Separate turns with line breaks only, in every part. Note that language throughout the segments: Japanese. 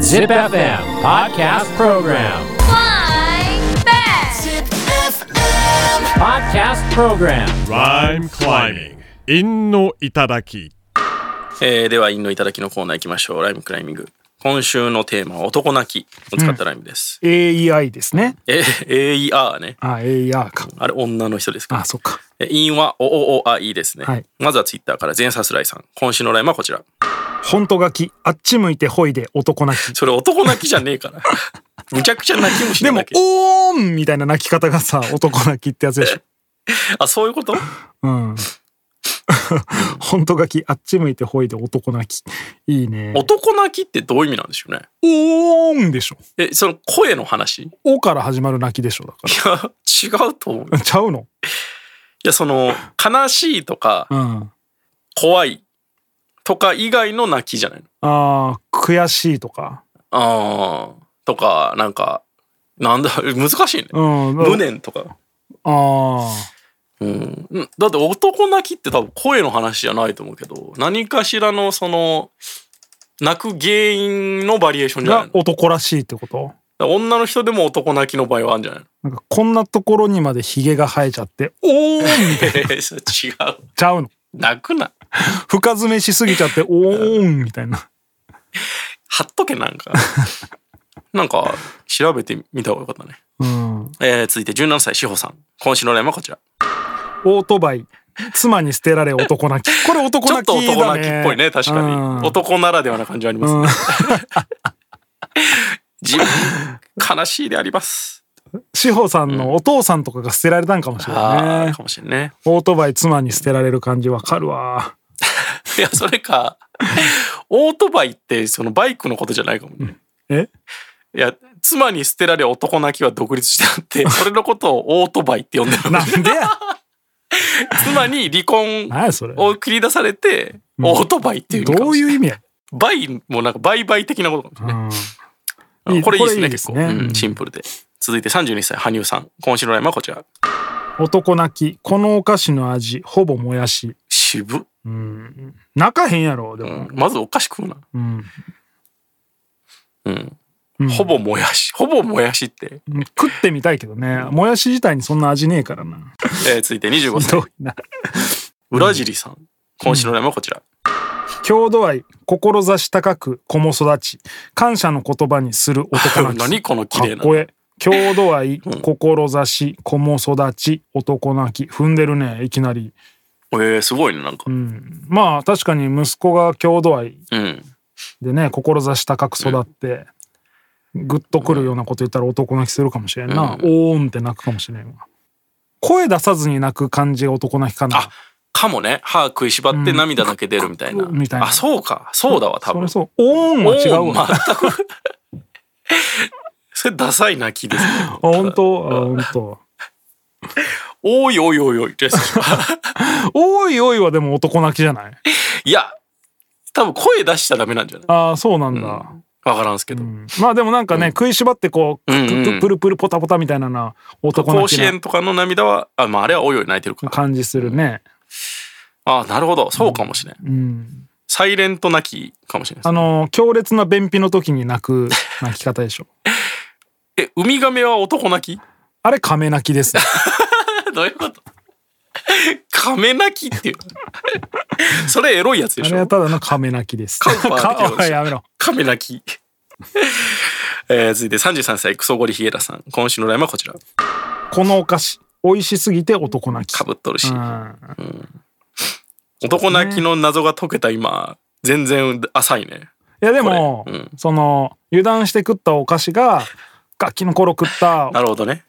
Zip FM Podcast Program.
Flying back.
Podcast Program.
Rhyme climbing. 陰の頂き。
えーでは、陰の頂きのコーナー行きましょう。ライムクライミング。今週のテーマは男泣きを使ったライムです。
AEI ですね。
え、AER ね。
あ、AER か。
あれ、女の人です
あ
か。
そっか。
え陰は、おおおあいいですね。
はい
まずはツイッターから、全サスライさん。今週のライムはこちら。
本当書き、あっち向いてほいで 男泣き。
それ男泣きじゃねえ から。むちゃくちゃ泣き虫
で
な
も
だ、け。
おーんみたいな泣き方がさ、男泣きってやつでしょ。
あ、そういうこと
うん。 本当書き、あっち向いてほいで男泣き。いいね。
男泣きってどういう意味なんでしょうね。
おーんでしょ。
え、その声の話 い
おから始まる泣きでしょ。だ
や、
か
違うと思う。い
ら。ちゃうの
や、その、悲しいとか、
うん。あ
怖いとか以外の泣きじゃないの
あー、悔しいとか。
ああ、とか、なんか、なんだ、 難しいね。
うん。
無。念とか。
あ
うん。うんだって男泣きって多分声の話じゃないと思うけど、何かしらのその、泣く原因のバリエーション
あ。
じゃない
が
のだか
男らしいってこと
ら女の人でも男泣きの場合はあるんじゃ ないの
なんかこんなところにまでヒゲが生えちゃって、おーん
えそれ違う。
ちゃうの。
泣くな。
深詰めしすぎち ゃって、おーんみたいな。
貼っとけ、なんか。 なんか、調べてみた方がよかったね。
うん。
えー続いて17歳、志保さん。今週のラインはこちら。
オートバイ、妻に捨てられ男泣き。これ男
ちょっ
泣き
と
だね。
男泣きっぽいね、確か
うん
に。男ならではな感じありますね。
うん
自分悲しいであります。
志保さんのお父さんとかが捨てられたんかもしれ
あ
ない
あ
ね
ー、。かもしれんね。
オートバイ、妻に捨てられる感じわかるわ。
いや、それか、オートバイってそのバイクのことじゃないかもね。
え
いや、妻に捨てられ男泣きは独立してあ って、それのことをオートバイって呼んでるの。
なん でや
妻に離婚
何やそれ。
を繰り出されて、
ん
オートバイっていう意味か
ど
も
う
しれ
い
な
う意味や。
バイもなんか売買的なことかもしれな
う
い。
ん
あこれいいですね、
これいいで
結
す
構、
ね
うんシンプルで。続いて32歳、羽生さん。今週のラインはこちら。
男泣き、このお菓子の味、ほぼもやし。
渋っ。
うん。泣かへんやろ、で
う
も
ん。まずおかしくな。
うん。
うん。
うん
ほぼもやし。ほぼもやしって。
うん食ってみたいけどね。もやし自体にそんな味ねえからな。
えー続いて25
ひど
歳
いな。
裏尻さん今週のラインはこちら、
郷土愛、志高く、子も育ち、感謝の言葉にする男泣 き。
何この綺麗な
かっこええ。郷土愛、志、子も育ち、男泣き。踏んでるね、いきなり。
えー、すごいねなんかう、
うんん。まあ、確かに息子が郷土愛でね、志高く育って、グッとくるようなこと言ったら男泣きするかもしれんな。おーんって泣くかもしれんわ。声出さずに泣く感じが男泣きかな。
あかもね歯食いしばって涙だけ出るみたいな,、
うんみたいな
あそうかそうだわ多
それ
分
そう。おーんは違う
お
わ。
ー全く それダサい泣きですね
あ本当あ本当。
おいおいおいおいです
おいおいはでも男泣きじ ゃない
いや多分声出しちゃダメなんじゃない
ああそうなんだ、
わからんすけど、
うんまあでもなんかね、食いしばってこう、
うんうん
くくプルプルポタポタみたいなな男
甲
泣き
子
な
園とかの涙はあ,、まあ、あれはおいおい泣いてるから
感じするね、
あなるほどそうかもしれん、
うん、
サイレント泣きかもしれない
あの強烈な便秘の時に 泣く泣き方でしょ
えウミガメは男泣き
あれ亀泣きですね
どういうこと亀泣きっていう。それエロいやつで
あ
し
れは
ょ
ただの亀泣きです
カウパーって言うんで
か
しょ
やめろ
亀泣き。 えー続いて33歳、クソゴリヒゲラさん。今週のラインはこちら。
このお菓子美味しすぎて男泣き
かぶっとるし
う。ん
男泣きの謎が解けた今、全然浅いね。
いやでも、
これうん
その油断して食ったお菓子がガキの頃食った
なるほどね。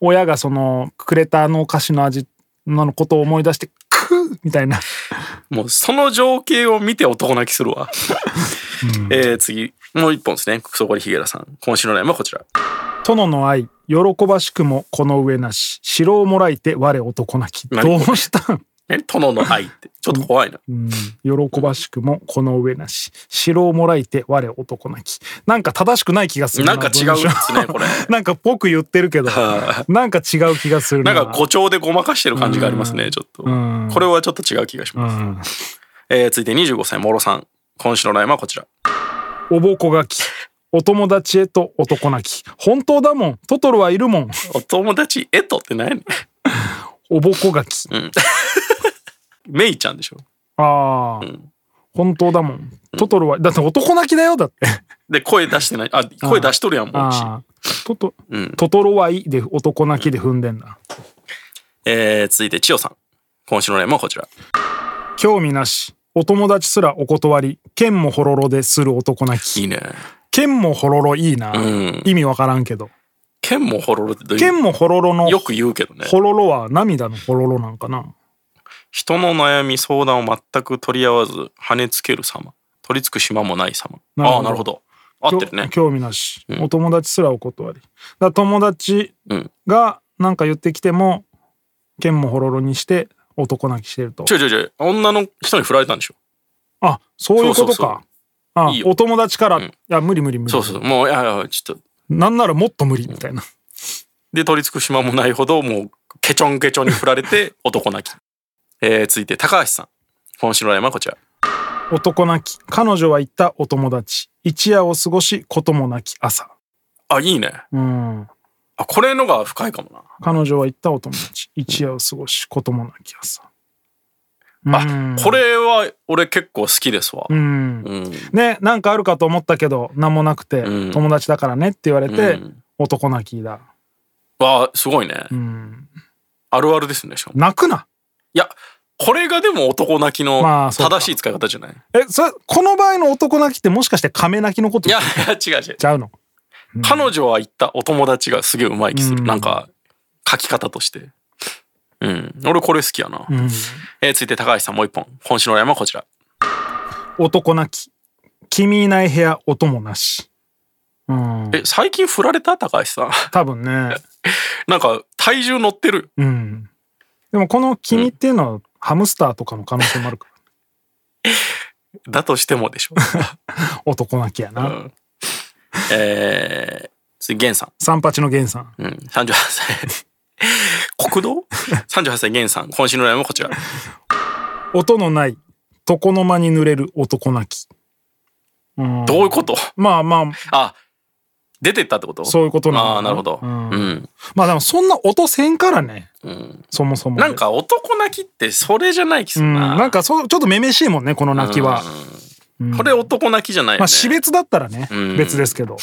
親がそのくれたあのお菓子の味のことを思い出してクーみたいな
もうその情景を見て男泣きするわ。 えー次、もう一本ですね。クソゴリヒゲラさん。今週のラインはこちら。
殿の愛喜ばしくもこの上なし城をもらいて我男泣き
何こ
ど
れ
うしたん、
え、殿の愛って。ちょっと怖いな。
うん、喜ばしくもこの上なし城をもらいて我男泣きなんか正しくない気がする
なんか違う
文
んで
章
すね、こ れ。
なんか僕言ってるけどなんか違う気がする
なんか誇張でごまかしてる感じがありますね、ちょっと。
うん
これはちょっと違う気がします。
うん
えー続いて25歳、もろさん。今週のラインはこちら。
おぼこがき。お友達へと男なき。本当だもん。トトロはいるもん。
お友達えとって何やねん
おぼこがき。
メイちゃんでしょ。
ああ、本当だもん。トトロは、だって男泣きだよ、だって。
で、声出してない。あ、声出しとるやん、もうし。
ああ。トト、
うん
トトロはいで男泣きで踏んでんだ。
えー、続いて、千代さん。今週のラインはこちら。
興味なし。お友達すらお断り。剣もほろろでする男泣
い
き。
いね。
剣もほろろいいな。
ん
意味わからんけど。
剣もほろろってどういう
剣もほろろの、
よく言うけどね。
ほろろは涙のほろろなんかな。
人の悩み、相談を全く取り合わず、跳ねつける様。取りつく島もない様。
なるほど
ああ、なるほど。合ってるね。
興興味なし、お友達すらお断りだから友達
うん
がなんか言ってきても剣もほろろにして男泣きしてると
ちょいちょいちょい。女の人に振られたんでしょ。
あそういうこと
そ
か
うそうそう
あ
いいよ
お友達から、
ん
いや無理無理無理
そうそう。もう、いやいや、ちょっと。
なんならもっと無理みたいな、
で、取りつく島もないほど、もう、ケチョンケチョンに振られ て、男泣き。えー、続いて、高橋さん。今週のラインはこちら。
男泣き彼女は言ったお友達一夜を過ごしこともなき朝
あ、いいね。
うん
あ、これのが深いかもな。
彼女は言ったお友達一夜を過ごしこともなき朝
あ、これは俺結構好きですわ。
うん
うん。
ね、なんかあるかと思ったけど何もなくて、
うん
友達だからねって言われて、
うん
男泣きだ、
わあ、すごいね。
うん、
あるあるですね、しかも。
泣くない
や、これがでも男泣きの
まあそうか
正しい使い方じゃない、
えそれこの場合の男泣きってもしかして亀泣きのこと
い
言
や
っ
いや、違う違う。
ちゃうの
彼女は言ったお友達がすげえうまい気する。
うん
なんか、書き方として。うん。俺これ好きやな。
うん
えー続いて高橋さんもう一本。今週の山はこちら。
男泣き君いない部屋音もなしうん
え、最近振られた高橋さん。
多分ね
なんか、体重乗ってる。
うんでもこの「君」っていうのはハムスターとかの可能性もあるか
だとしてもでしょ。
ら 男泣きや
う
な、
ん、えー、次、源さん。
三八の源さん
うん、38歳。国道 ?38 歳、源さん。今週のラインはこちら。
音のない床の間に濡れる男泣きうん
どういうこと
まあまあ
あ、出てったってこと
そういうことなのかな
ああ、なるほど。う
うん
ん。
まあでもそんな音せんからね
うん。
そもそも
なん、か男泣きってそれじゃない気す
う
る
ん、
な。
なんかそうちょっとめめしいもんねこの泣きは、
うん。これ男泣きじゃないよね。
まあ死別だったらね、
うん
別ですけど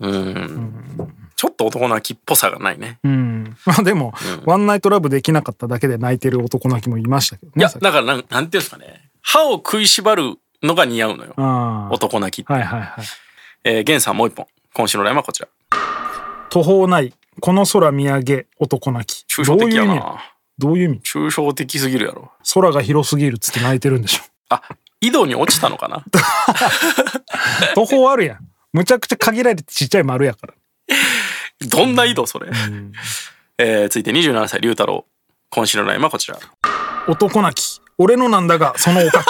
うん。ちょっと男泣きっぽさがないね。
うん まあでも、ワンナイトラブできなかっただけで泣いてる男泣きもいましたけどね
いや、
さっき
だからなん、なんていうんですかね。歯を食いしばるのが似合うのよ。
あー
男泣きって。
はいはいはい
えー、ゲンさんもう一本。今週のラインはこちら。
途方ないこの空見上げ男泣き
抽象的や
どういう意味
な。
どういう意味
抽象的すぎるやろ。
空が広すぎるっつって泣いてるんでしょ
あ、井戸に落ちたのか な
途方あるやんむちゃくちゃ限られてちっちゃい丸やから
どんな井戸それ。 えー、続いて27歳、龍太郎。今週のラインはこちら。
男泣き俺のなんだがそのおかき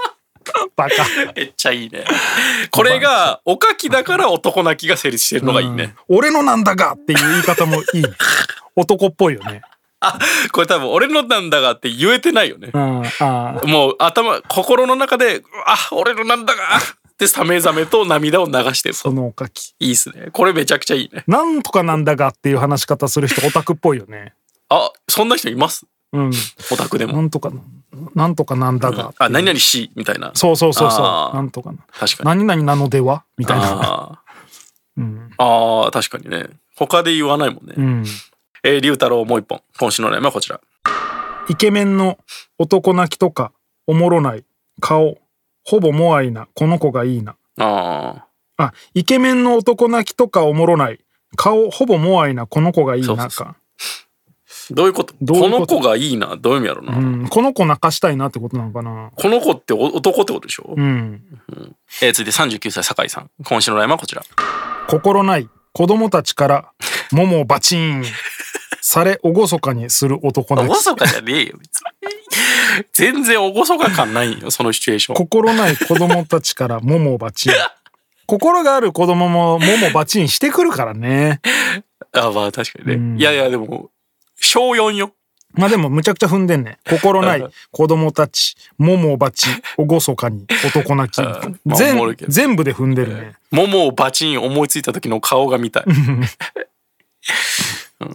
バカ
めっちゃい いね。これが、おかきだから男泣きが成立してるのがいいね。
うん俺のなんだがっていう言い方もいいね男っぽいよね。
あ、これ多分俺のなんだがって言えてないよね
う。ん、あー
もう頭、心の中で、うわあ、俺のなんだがってさめざめと涙を流してる。
そのおかき。
いいっすね。これめちゃくちゃいいね。
なんとかなんだがっていう話し方する人オタクっぽいよね。
あ、そんな人います
うん。
オタクで
な
も。
んとかな、なんとかなんだが。
あ、何々し、みたいな。
そうそうそうそう。
あー
なんとかな。
確かに。
何々なのではみたいな。
あー
うん。
あー、確かにね。他で言わないもんね。
うん。
えー、龍太郎もう一本。今週のラインはこちら。
イケメンの男泣きとか、おもろない、顔、ほぼモアイな、この子がいいな。
あ
あ、イケメンの男泣きとかおもろない、顔、ほぼモアイな、この子がいいな
そうそ
か。
あ、どういうこと
どういう
こ
こと
の子がいいな。どういう意味やろうな。
うん、この子泣かしたいなってことなのかな。
この子ってお男ってことでしょ、
うん。
えー続いて39歳酒井さん今週のラインはこちら
心ない子供たちから、ももをバチーン。され、おごそかにする男
お
泣
ご
き。
そかじゃねえよ別に全然おごそか感ないよそのシチュエーション
心ない子供たちから、ももをバチーン。心がある子供も、ももバチーンしてくるからね。
あまあ確かにね、
うん
いやいやでも小4よ
まあでもむちゃくちゃ踏んでんね。心ない子供たち、桃鉢をごそかに男泣き
ん。
全
まあおもろいけど
全部で踏んでるね。
桃をバチン思いついた時の顔が見 たい。うん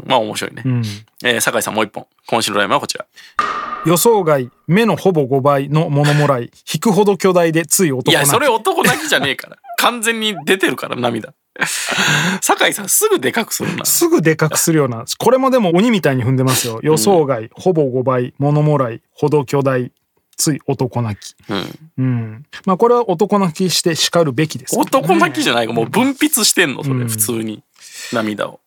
まあ面白いね。
うん。
えー酒井さんもう一本。今週のライムはこちら。
予想外、目のほぼ5倍のものもらい、引くほど巨大でつい
い
男
や、
泣き。
それ男泣きじゃねえ から。完全に出てるから、涙。 酒井さんすぐでかくするな。
すぐでかくするような。これもでも鬼みたいに踏んでますよ。予想外、ほぼ5倍、ものもらい、ほど巨大、つい男泣き。
うん
うん。まあこれは男泣きして叱るべきです。
男泣きじゃないか。もう分泌してんの、それ。
うん
普通に。涙を。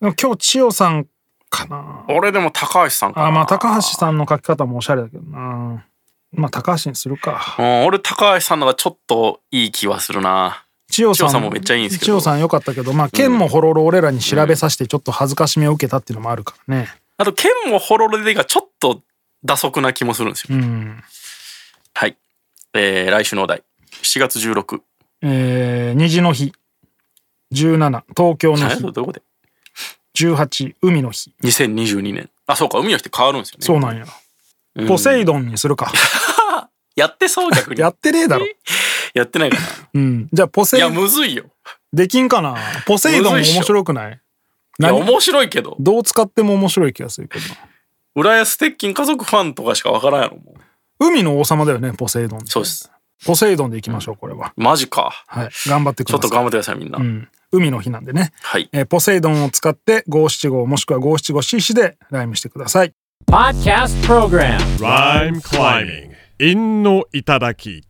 今日、千代さんかな。
俺でも高橋さんかな。
あ、まあ高橋さんの書き方もおしゃれだけどな。まあ高橋にするか。
うん、俺高橋さんのがちょっといい気はするな。
千代
千
さん
代さんもめっちゃいいんですけど
千代さん良かったけど、まあ剣もほろろ俺らに調べさせてちょっと恥ずかしめを受けたっていうのもあるからね。
あと、剣もホロロデがちょっと打足な気もするんですよ。
うん。
はい。えー、来週のお題。7月16。
えー、虹の日。17、東京の
え
日
ど。ういうこと
18、海の日。
2022年。あ、そうか。海の日って変わるんですよね。
そうなんや。
うん
ポセイドンにするか。
やってそう逆に。
や
や
ってねえだろ。
ってないかな。
うん。じゃあポセ
い
イ
や、むずいよ。
できんかな。ポセイドンも
むずいっしょ
面白くない
いや、
何
面白いけど。
どう使っても面白い気がするけど。
浦安鉄筋家族ファンとかしかわからんやろ、もう。
海の王様だよね、ポセイドンって。
そうです。
ポセイドンでいきましょう、これは。
マジか。
はい。頑張ってく
ちょ
だ
っ
さ
と
い。
頑張ってください、みんな。
うん。海の日なんでね。
はい。
えーポセイドンを使って五七五もしくは五七五七七でライムしてください。
Podcast Program
Rhyme climbing. 陰の頂き。